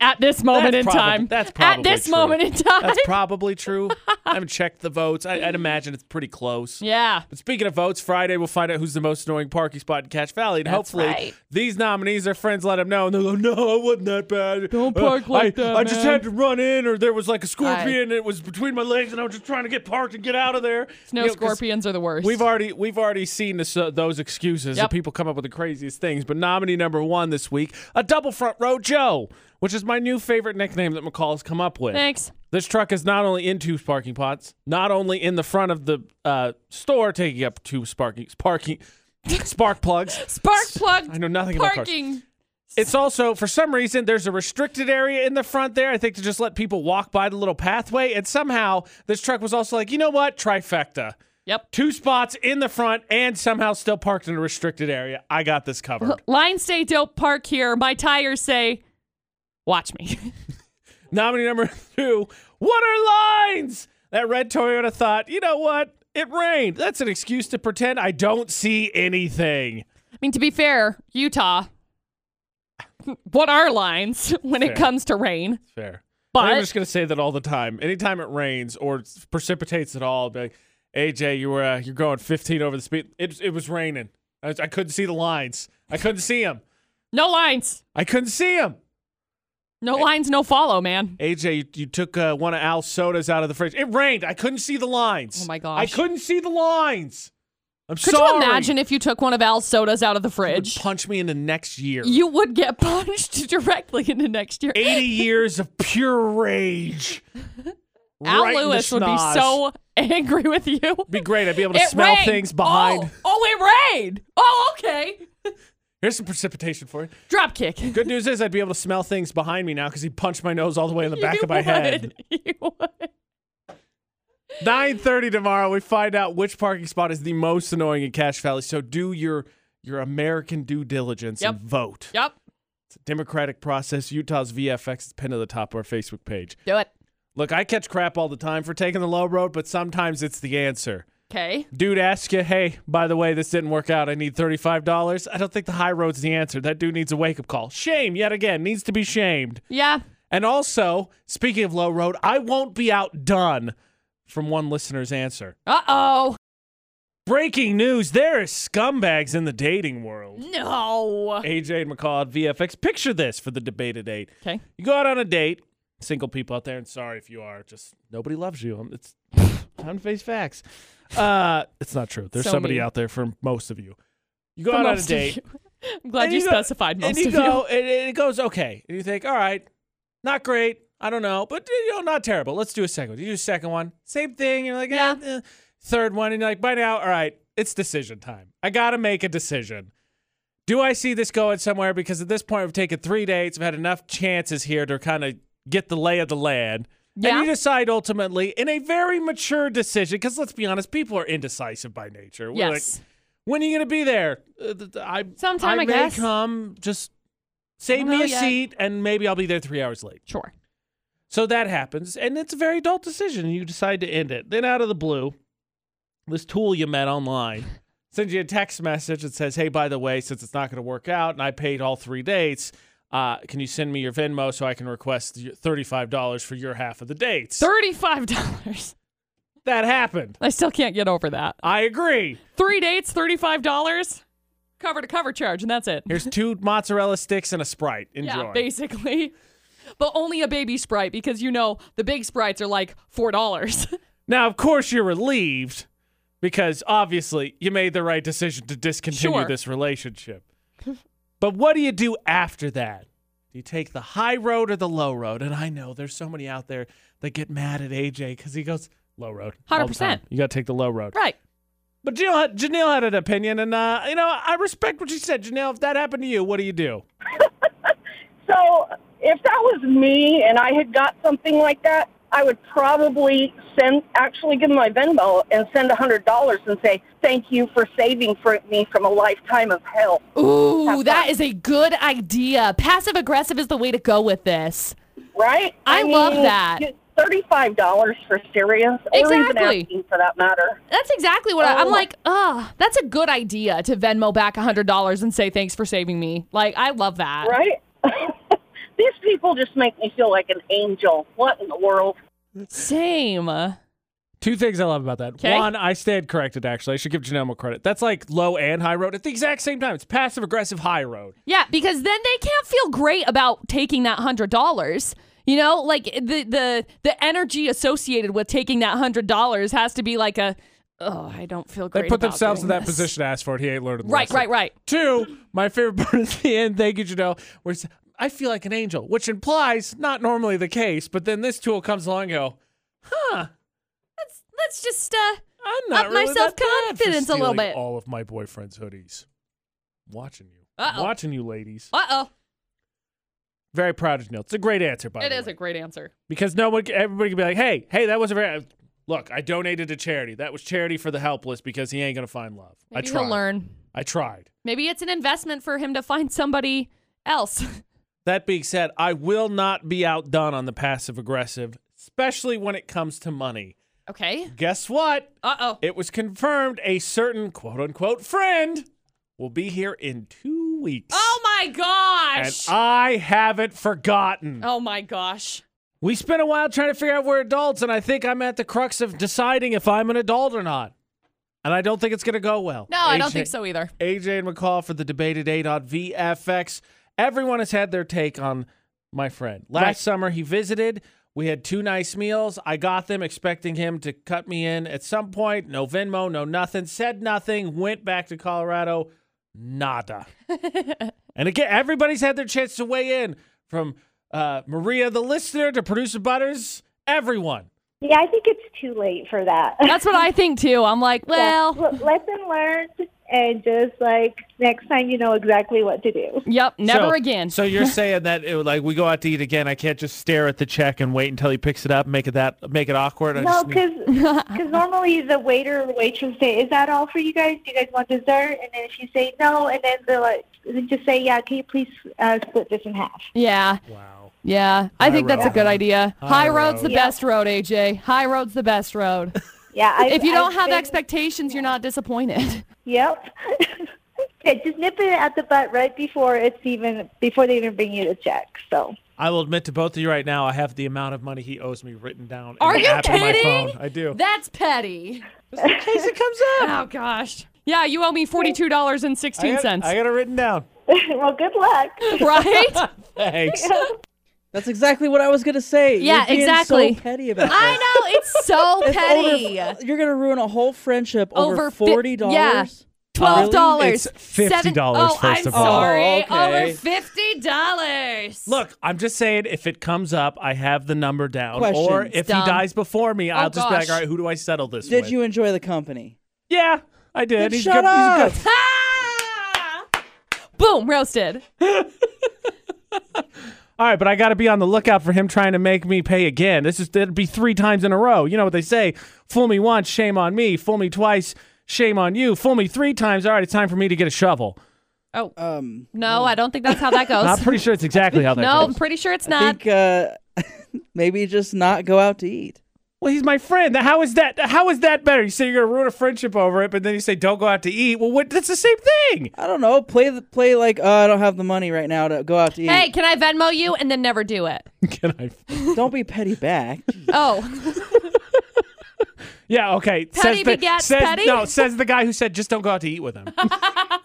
at this moment
That's
in
prob-
time.
that's
at
probably
this
true.
moment in time.
That's probably true. I haven't checked the votes. I, I'd imagine it's pretty close.
yeah.
But speaking of votes, Friday we'll find out who's the most annoying parking spot in Cache Valley, and
That's
hopefully
right.
these nominees, their friends let them know, and they'll go, "No, it wasn't that bad. Uh,
Don't park
I,
like that,
I just
man."
had to run in, or there was like a scorpion, and it was between my legs, and I was just trying to get parked and get out of there."
Snow
You know, 'cause
scorpions are the worst.
We've already we've already seen this, uh, those excuses that
Yep.
people come up with the craziest things. But nominee number one this week, a double front row Joe, which is my new favorite nickname that McCall has come up with.
Thanks.
This truck is not only in two parking pots, not only in the front of the uh, store taking up two sparking parking spark plugs.
Spark plug
I know nothing about cars.
parking.
It's also for some reason there's a restricted area in the front there. I think to just let people walk by the little pathway, and somehow this truck was also like, you know what, trifecta.
Yep.
Two spots in the front and somehow still parked in a restricted area. I got this covered.
Line say don't park here. My tires say watch me.
Nominee number two, what are lines? That red Toyota thought, you know what? It rained. That's an excuse to pretend I don't see anything.
I mean, to be fair, Utah, what are lines when
Fair.
it comes to rain?
Fair.
But
I'm just going to say that all the time. Anytime it rains or precipitates at all, I'll be like, AJ, you were uh, you're going 15 over the speed. It it was raining. I, was, I couldn't see the lines. I couldn't see him.
No lines.
I couldn't see him.
No lines, no follow, man.
AJ, you, you took uh, one of Al's sodas out of the fridge. It rained. I couldn't see the lines.
Oh my gosh.
I couldn't see the lines. I'm
Could
sorry.
you imagine if you took one of Al's sodas out of the
You would
fridge?
punch me into next year?
You would get punched directly into next year.
80 years of pure rage.
Al
Right in the
Lewis would be
schnoz.
so angry with you.
Be great. I'd be able to smell
rained.
things behind.
Oh, oh, it rained. Oh, okay.
Here's some precipitation for you.
Drop kick. Good
Good news is I'd be able to smell things behind me now because he punched my nose all the way in the back of my head.
You would.
9:30 tomorrow, we find out which parking spot is the most annoying in Cache Valley. So do your your American due diligence
Yep.
and vote.
Yep.
It's a democratic process. Utah's VFX is pinned to the top of our Facebook page.
Do it.
Look, I catch crap all the time for taking the low road, but sometimes it's the answer.
Okay.
Dude asks you, hey, by the way, this didn't work out. I need $35. I don't think the high road's the answer. That dude needs a wake up call. Shame, yet again, needs to be shamed.
Yeah.
And also, speaking of low road, I won't be outdone from one listener's answer.
Uh oh.
Breaking news there is scumbags in the dating world.
No.
AJ and McCall at VFX. Picture this for the debate at eight.
Okay.
You go out on a date, single people out there, and sorry if you are, just nobody loves you. Um, It's time to face facts. Uh, it's not true. There's
So
somebody
mean.
out there for most of you. You go
For
out on a
most of
date,
you. I'm glad
And
you,
you go-
specified most
and you
of
go, and and it goes okay. And you think, all right, not great. I don't know, but you know, not terrible. Let's do a second one. You do a second one, same thing. You're like, yeah.
Yeah.
Eh. Third one, and you're like, by now, all right, it's decision time. I gotta make a decision. Do I see this going somewhere? Because at this point, we've taken three dates. We've had enough chances here to kind of get the lay of the land.
Yeah.
And you decide ultimately in a very mature decision, because let's be honest, people are indecisive by nature.
you.
We're like,
Yes.
when are you gonna be there? Uh, th- th- I
Sometime, I
may
guess.
come. Just save
Don't
me
know
a
yet.
seat, and maybe I'll be there three hours late.
Sure.
So that happens, and it's a very adult decision. You decide to end it. Then out of the blue, this tool you met online sends you a text message that says, "Hey, by the way, since it's not going to work out, and I paid all three dates." Uh, can you send me your Venmo so I can request your $35 for your half of the dates?
Thirty-five dollars.
that happened.
I still can't get over that.
I agree.
Three dates, thirty-five dollars, cover to cover charge, and that's it.
Here's two mozzarella sticks and a Sprite. Enjoy.
Yeah, basically. But only a baby sprite because you know the big sprites are like four dollars.
Now, of course, you're relieved because obviously you made the right decision to discontinue
Sure.
this relationship. but what do you do after that? Do you take the high road or the low road? And I know there's so many out there that get mad at AJ because he goes low road. all the
100%.
time. You got to take the low road.
right.
But Janelle had, Janelle had an opinion, and uh, you know I respect what she said. Janelle, if that happened to you, what do you do?
So if that was me and I had got something like that, I would probably send actually give my Venmo and send a hundred dollars and say thank you for saving for me from a lifetime of hell.
Ooh, that is a good idea. Passive aggressive is the way to go with this.
Right?
I love that.
Thirty-five dollars for Sirius, or even
Exactly.
asking for that matter.
That's exactly what I, I'm
Oh.
like. Ugh, that's a good idea to Venmo back hundred dollars and say thanks for saving me. Like I love that.
Right? These people just make me feel like an angel. What in the world?
Same. That's
Two things I love about that.
'Kay.
One, I stand corrected, actually. I should give Janelle more credit. That's like low and high road at the exact same time. It's passive aggressive high road.
Yeah, because then they can't feel great about taking that hundred dollars. You know, like the the the energy associated with taking that hundred dollars has to be like a, oh, I don't feel great.
They put
about
themselves in
doing
that
this."
position to ask for it. He ain't learning. the
Right,
lesson.
right, right.
Two, my favorite part is the end. Thank you, Janelle. Where it's, I feel like an angel, which implies not normally the case, but then this tool comes along and go, huh,
Let's let's just uh,
I'm not
Up my
really that bad for
self-confidence a little
stealing
bit.
all of my boyfriend's hoodies. Watching you.
Uh-oh.
Watching you, ladies.
uh oh.
Very proud of Janelle. It's a great answer, by
It
the way.
is a great answer.
because no one, everybody can be like, hey, hey, that was a very, uh, look, I donated to charity. That was charity for the helpless because he ain't going to find love. I
Maybe
tried.
he'll learn.
I tried.
Maybe it's an investment for him to find somebody else.
That being said, I will not be outdone on the passive aggressive, especially when it comes to money.
okay.
Guess what?
Uh oh.
It was confirmed a certain quote unquote friend will be here in two weeks.
Oh my Oh.
and uh,
gosh.
I haven't forgotten.
oh my gosh.
We spent a while trying to figure out we're adults, and I think I'm at the crux of deciding if I'm an adult or not. And I don't think it's going to go well.
No, I don't
AJ
think so either.
AJ and McCall for the debated eight on VFX. Everyone has had their take on my friend. Last
Right.
summer, he visited. We had two nice meals. I got them expecting him to cut me in at some point. No Venmo, no nothing. Said nothing. Went back to Colorado. Nada. and again, everybody's had their chance to weigh in from uh, Maria, the listener, to producer Butters. Everyone.
Yeah, I think it's too late for that.
That's what I think too. I'm like, well,
Well, lesson learned, and just like next time, you know exactly what to do.
yep, never
So-
again.
So you're saying that it, would, like we go out to eat again, I can't just stare at the check and wait until he picks it up, and make it that make it awkward. I
No,
just need-
because normally the waiter or waitress say, "Is that all for you guys? Do you guys want dessert?" And then she say no, and then they're like, then just say, "Yeah, can you please uh, split this in half?"
yeah,
wow.
yeah. I
High
think that's
road.
a good idea.
High
High road's
road.
the
Yeah.
best road, AJ. High road's the best road.
Yeah. I've,
If you don't
I've
have
been-
expectations, you're not disappointed.
Yep. yeah, just nip it at the butt right before it's even before they even bring you the check. So.
I will admit to both of you right now, I have the amount of money he owes me written down.
Are
in the
you
app On my
kidding?
phone. I do.
That's petty.
Just in case it comes up.
Oh gosh. Yeah, you owe me forty-two dollars and
I
sixteen
got,
cents.
I got it written down.
well, good luck.
Right?
Thanks.
That's exactly what I was gonna say.
Yeah,
You're being
exactly.
So petty about this.
I know it's so
It's
petty.
over- uh, you're gonna ruin a whole friendship over,
Over fi-
forty dollars.
yeah. Twelve dollars,
It's $50
Oh, I'm
first of all.
sorry.
Oh, okay.
Over fifty dollars.
Look, I'm just saying if it comes up, I have the number down.
Questions.
Or if
Dumb. Oh,
he dies before me, I'll just be like,
gosh.
all right, who do I settle this
Did
with?
you enjoy the company?
Yeah, I did.
Then
he's
shut
good. He's a
up.
good.
Ah! Boom, roasted.
All right, but I got to be on the lookout for him trying to make me pay again. This is that'd be three times in a row. You know what they say: fool me once, shame on me; fool me twice, shame on you; fool me three times. All right, it's time for me to get a shovel.
Oh
Um,
no, I don't think that's how that
I'm
goes.
pretty sure it's exactly how that
No, I'm
goes.
pretty sure it's
I
not.
think uh, maybe just not go out to eat.
Well, he's my friend. How is that? How is that better? You say you're gonna ruin a friendship over it, but then you say don't go out to eat. Well, what? That's the same thing.
I don't know. Play the play like oh, I don't have the money right now to go out to eat.
Hey, can I Venmo you and then never do it?
Can I?
Don't be petty back.
Oh,
Yeah. Okay. says
Petty
the,
begets
says,
petty?
No, says the guy who said just don't go out to eat with him.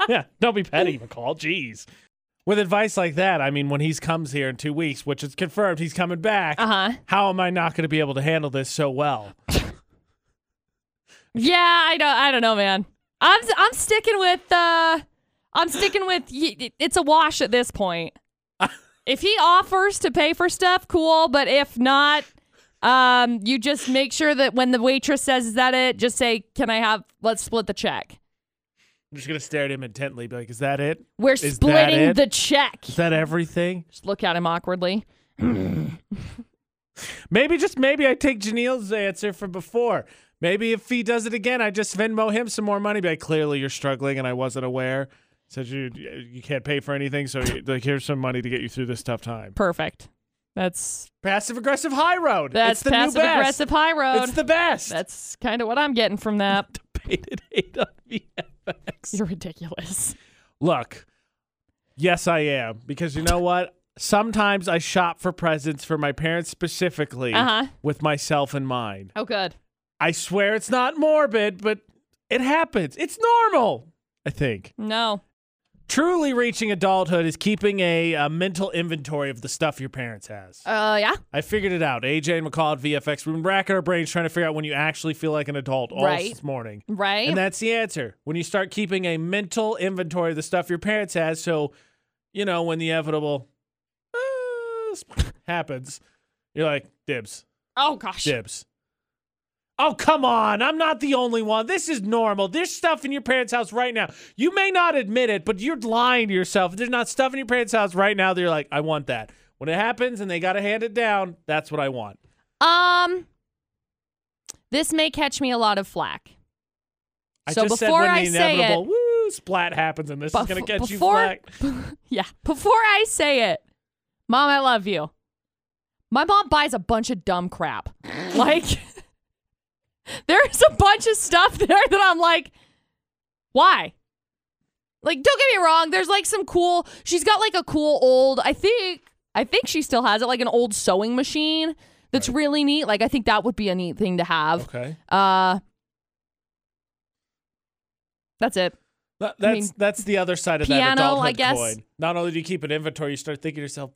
yeah, don't be petty, McCall. Jeez. With advice like that, I mean, when he comes here in two weeks, which is confirmed, he's coming back.
uh huh.
How am I not going to be able to handle this so well?
Yeah, I don't. I don't know, man. I'm I'm sticking with. uh I'm sticking with. y- It's a wash at this point. if he offers to pay for stuff, cool. But if not, um, you just make sure that when the waitress says, "Is that it?" Just say, "Can I have?" Let's split the check.
I'm just going to stare at him intently, be like, "Is that it?
We're
that
splitting
it?
the check.
Is that everything?"
Just look at him awkwardly.
Maybe just maybe I take Janiel's answer from before. Maybe if he does it again, I just Venmo him some more money. Be like, clearly you're struggling, and I wasn't aware. Said you you can't pay for anything, so like here's some money to get you through this tough time.
Perfect. That's
Passive aggressive high road.
that's
it's the
passive
new best.
aggressive high road.
It's the best.
that's kind of what I'm getting from that.
Debated hate on VFX.
You're ridiculous.
Look, yes, I am because you know what? Sometimes I shop for presents for my parents specifically
Uh-huh.
with myself in mind.
Oh, good.
I swear it's not morbid, but it happens. It's normal. I think.
No.
Truly reaching adulthood is keeping a, uh mental inventory of the stuff your parents has.
Uh, yeah.
I figured it out. AJ and McCall at VFX. We've been racking our brains trying to figure out when you actually feel like an adult all
Right.
this morning.
Right?
And that's the answer. When you start keeping a mental inventory of the stuff your parents had, so you know when the inevitable uh, happens, you're like dibs,
oh gosh.
dibs. Oh come on! I'm not the only one. This is normal. There's stuff in your parents' house right now. You may not admit it, but you're lying to yourself. There's not stuff in your parents' house right now that you're like, I want that. When it happens and they gotta hand it down, that's what I want.
Um This may catch me a lot of flack.
I
So
just
before
said when
I
the
say it-
inevitable woo splat happens, and this is
Bef-
gonna get you
before-
flack.
Yeah. Before I say it, Mom, I love you. My mom buys a bunch of dumb crap. like there's a bunch of stuff there that I'm like, why? Like, don't get me wrong, there's like some cool she's got like a cool old, I think I think she still has it, like an old sewing machine that's really neat. Like I think that would be a neat thing to have.
Okay.
Uh, that's it.
That,
I
that's
mean,
that's the other side of that
piano,
adulthood
I guess.
coin. Not only do you keep an inventory, you start thinking to yourself,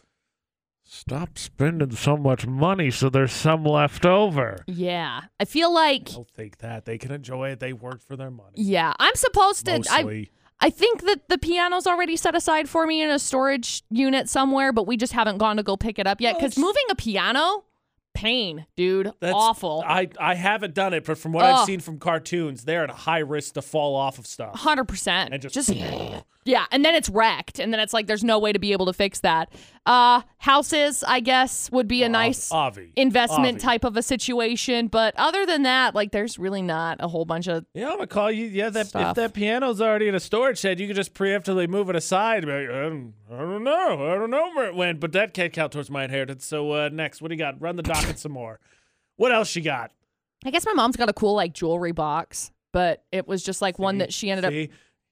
Stop spending so much money so there's some left over.
Yeah, I feel like
"I'll take that. They can enjoy it. They worked for their money."
yeah, I'm supposed to. I
Mostly.
I think that the piano's already set aside for me in a storage unit somewhere, but we just haven't gone to go pick it up yet. Because moving a piano, pain, dude,
That's- uh,
awful.
I, I haven't done it, but from what I've
Ugh.
seen from cartoons, they're at a high risk to fall off of stuff.
Hundred percent.
And
Just,
just-
yeah, and then it's wrecked, and then it's like there's no way to be able to fix that. Uh, houses, I guess, would be a nice
Avi.
investment
Avi.
type of a situation, but other than that, like there's really not a whole bunch of
Yeah, I'm gonna call you. Yeah, that
Stuff.
if that piano's already in a storage shed, you can just preemptively move it aside. Be like, I, don't, I don't know, I don't know where it went, but that can't count towards my inheritance. So uh, next, what do you got? Run the docket some more. What else you got?
I guess my mom's got a cool like jewelry box, but it was just like one that she ended up
See,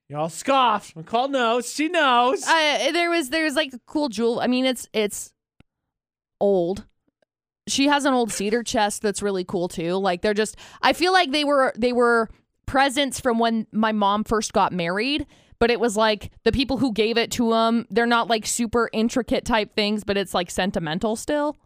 y'all scoffed. McCall knows. She knows.
uh, there was there's like a cool jewel. I mean, it's it's old. She has an old cedar chest that's really cool too. Like they're just I feel like they were they were presents from when my mom first got married, but it was like the people who gave it to them, they're not like super intricate type things, but it's like sentimental still.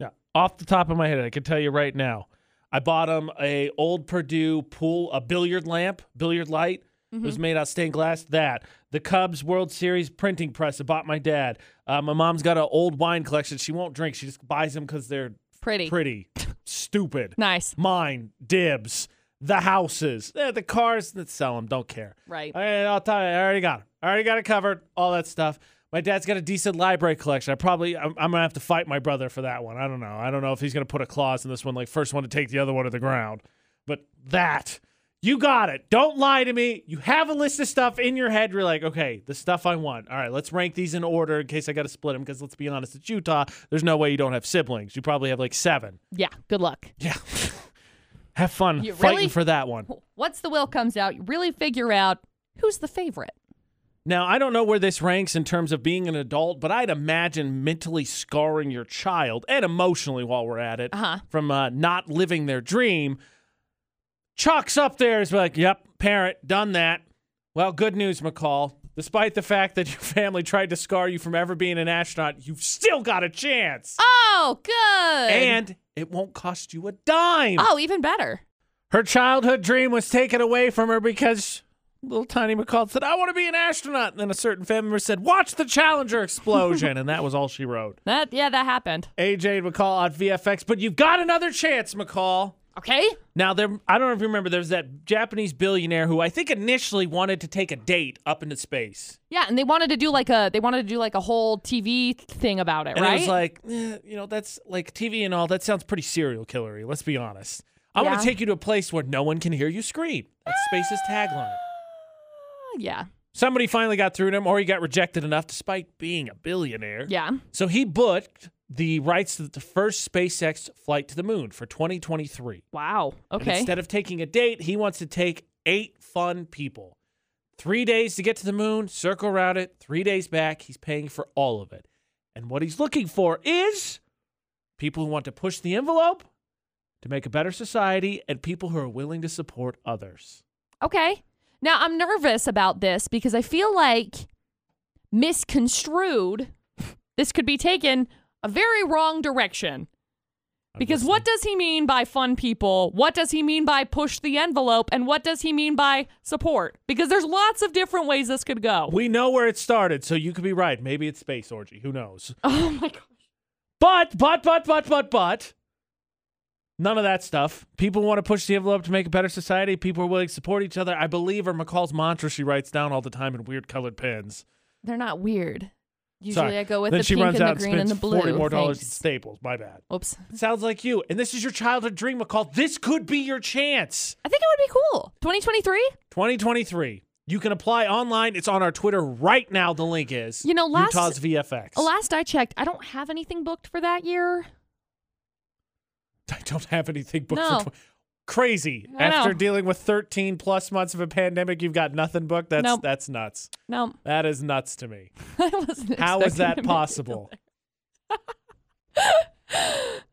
Yeah. Off the top of my head, I can tell you right now. I bought him a old Purdue pool, a billiard lamp, billiard light. It was made out of stained glass. That the Cubs World Series printing press. I bought my dad. Uh, my mom's got an old wine collection. She won't drink. She just buys them because they're
Pretty.
pretty, stupid.
Nice.
Mine dibs. The houses, eh, the cars that sell them. Don't care.
Right.
All right, I'll tell you. I already got it. I already got it covered. All that stuff. My dad's got a decent library collection. I probably I'm, I'm gonna have to fight my brother for that one. I don't know. I don't know if he's gonna put a clause in this one, like first one to take the other one to the ground. But that you got it. Don't lie to me. You have a list of stuff in your head. You're like, okay, the stuff I want. All right, let's rank these in order in case I got to split them. Because let's be honest, it's Utah. There's no way you don't have siblings. You probably have like seven.
Yeah, good luck.
Yeah. have fun
You
fighting
really-
for that one.
Once the will comes out, you really figure out who's the favorite.
Now, I don't know where this ranks in terms of being an adult, but I'd imagine mentally scarring your child and emotionally while we're at it
Uh-huh.
from uh, not living their dream. Chalk's up there is like, yep, parent, done that. Well, good news, McCall. Despite the fact that your family tried to scar you from ever being an astronaut, you've still got a chance.
Oh, good.
and it won't cost you a dime.
Oh, even better.
Her childhood dream was taken away from her because little tiny McCall said, I want to be an astronaut. And then a certain family member said, Watch the Challenger explosion. and that was all she wrote.
That yeah, that happened.
AJ and McCall on VFX, but you've got another chance, McCall.
Okay.
Now, there, I don't know if you remember, there's that Japanese billionaire who I think initially wanted to take a date up into space.
Yeah, and they wanted to do like a they wanted to do like a whole TV thing about it,
And
right?
it was like, eh, you know, that's like TV and all, that sounds pretty serial killery, let's be honest. I want
Yeah.
to take you to a place where no one can hear you scream. That's Space's tagline.
Oh, yeah,
Somebody finally got through to him, or he got rejected enough despite being a billionaire.
yeah.
So he booked the rights to the first SpaceX flight to the moon for 2023.
Wow.
And
Okay.
instead of taking a date, he wants to take eight fun people. Three days to get to the moon, circle around it, three days back. He's paying for all of it. And what he's looking for is people who want to push the envelope to make a better society and people who are willing to support others.
okay. Now I'm nervous about this because I feel like misconstrued this could be taken a very wrong direction.
I'm
Because
listening.
what does he mean by fun people? What does he mean by push the envelope? And what does he mean by support? Because there's lots of different ways this could go.
We know where it started, so you could be right. Maybe it's space orgy. Who knows?
oh my god.
But, but, but, but, but, but, none of that stuff. People want to push the envelope to make a better society. People are willing to support each other. I believe are McCall's mantra she writes down all the time in weird colored pens.
They're not weird. Usually
Sorry.
I go with
then
the
she
pink
runs
and the
out
green and
spends
the blue.
Forty more dollars at
Thanks.
Staples. My bad.
Oops.
Sounds like you, and this is your childhood dream, McCall. This could be your chance.
I think it would be cool. 2023?
2023. You can apply online. It's on our Twitter right now. The link is
You know, last-
Utah's VFX.
Last I checked, I don't have anything booked for that year.
I don't have anything booked
No.
for tw- crazy.
I know.
After dealing with 13 plus months of a pandemic, you've got nothing booked. That's
Nope.
that's nuts.
No,
That is nuts to me.
I wasn't.
How is
expecting
that
to make it
possible?
there.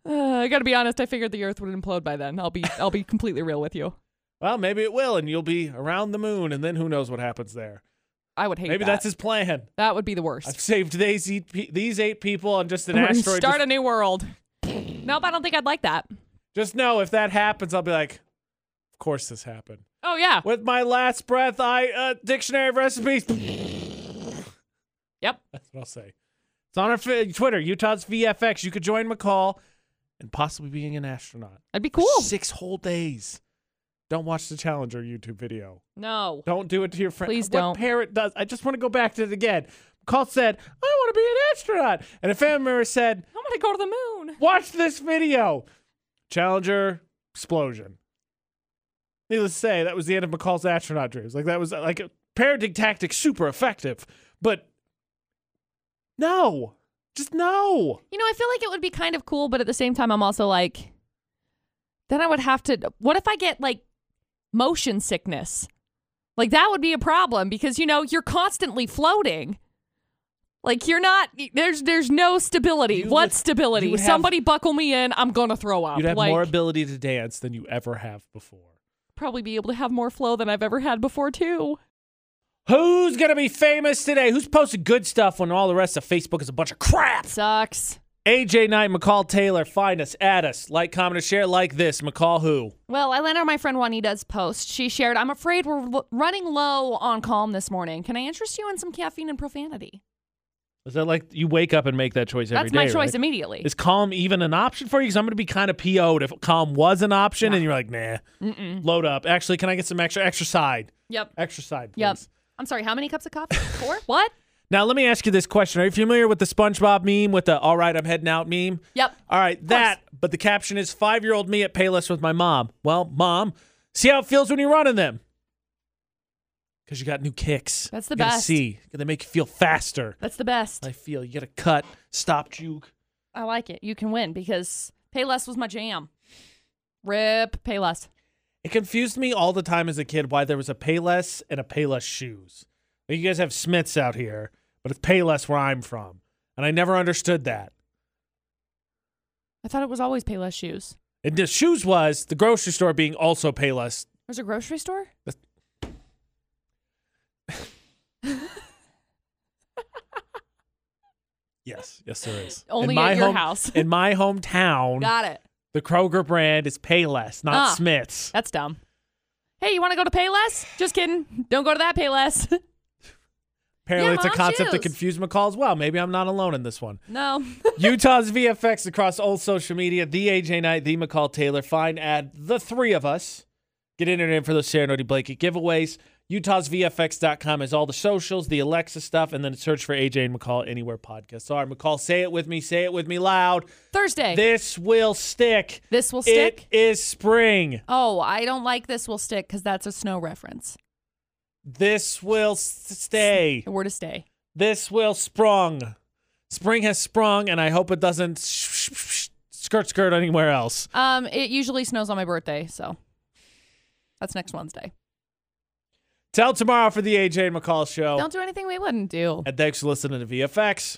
Uh, I got to be honest. I figured the Earth would implode by then. I'll be I'll be completely real with you.
Well, maybe it will, and you'll be around the moon, and then who knows what happens there.
I would hate.
Maybe
that.
that's his plan.
that would be the worst.
I've saved these eight, pe- these eight people on just an
We're gonna
asteroid.
Start
just,
a new world. nope, I don't think I'd like that.
just know if that happens, I'll be like, of course this happened.
Oh yeah.
With my last breath, I uh, dictionary of recipes.
Yep.
That's what I'll say. It's on our fi- Twitter, Utah's VFX. You could join McCall and possibly being an astronaut.
That'd be
for
cool.
Six whole days. Don't watch the Challenger YouTube video.
No.
Don't do it to your friend.
Please
what
don't.
parent does? I just want to go back to it again. McCall said, "I want to be an astronaut," and a family member said,
I want to go to the moon.
"Watch this video." Challenger explosion. Needless to say, that was the end of McCall's astronaut dreams. Like that was like a parenting tactic, super effective. But no, just no.
You know, I feel like it would be kind of cool, but at the same time, I'm also like, then I would have to. What if I get like motion sickness? Like that would be a problem because you know you're constantly floating. Like you're not there's there's no stability.
You
what
would-
stability?
you would have-
Somebody buckle me in. I'm gonna throw up.
You'd have
like
more ability to dance than you ever have before.
probably be able to have more flow than I've ever had before too.
Who's gonna be famous today? Who's posting good stuff when all the rest of Facebook is a bunch of crap?
Sucks.
AJ Knight, McCall Taylor, find us, add us, like, comment, and share like this. McCall who?
Well, I let out my friend Juanita's post. She shared, I'm afraid we're l- running low on calm this morning. Can I interest you in some caffeine and profanity?
Is that like you wake up and make that choice every
That's
day?
my choice
right?
immediately.
Is calm even an option for you? Because I'm gonna be kind of PO'd if calm was an option, and you're like, nah,
Mm-mm.
load up. Actually, can I get some extra exercise?
Yep.
Exercise, please.
Yep. I'm sorry, how many cups of coffee? Four? what?
Now let me ask you this question: Are you familiar with the SpongeBob meme with the "All right, I'm heading out" meme?
Yep.
All right, that. But the caption is five-year-old me at Payless with my mom. Well, mom, see how it feels when you're running them. Because you got new kicks.
That's the
you gotta
best.
See, they make you feel faster.
That's the best.
I feel you got to cut, stop, juke.
I like it. You can win because Payless was my jam. Rip Payless.
It confused me all the time as a kid why there was a Payless and a Payless shoes. Like, you guys have Smiths out here, but it's Payless where I'm from, and I never understood that.
I thought it was always Payless shoes.
And the shoes was the grocery store being also Payless.
There's a grocery store?
Yes, yes, there is.
Only
in
at
my
your
home-
house.
in my hometown,
Got it.
the Kroger brand is Payless, not
Ah.
Smiths.
That's dumb. Hey, you want to go to Payless? Just kidding. Don't go to that Payless.
Apparently,
Yeah,
it's a
mom
concept that
shoes.
confused McCall as well. Maybe I'm not alone in this one.
no.
Utah's VFX across all social media. The AJ Knight, the McCall Taylor. Find add the three of us. Get entered in for those Serenity Blanket giveaways. Utah'sVFX.com is all the socials, the Alexa stuff, and then search for AJ and McCall anywhere podcasts are. McCall, say it with me. Say it with me loud.
Thursday.
This will stick.
This will stick?
It is spring.
oh, I don't like this will stick because that's a snow reference.
This will s- stay.
The word is stay.
This will sprung. Spring has sprung, and I hope it doesn't sh- sh- sh- skirt skirt anywhere else.
Um, it usually snows on my birthday, so that's next Wednesday.
Till tomorrow for the AJ and McCall show.
Don't do anything we wouldn't do.
And thanks for listening to VFX.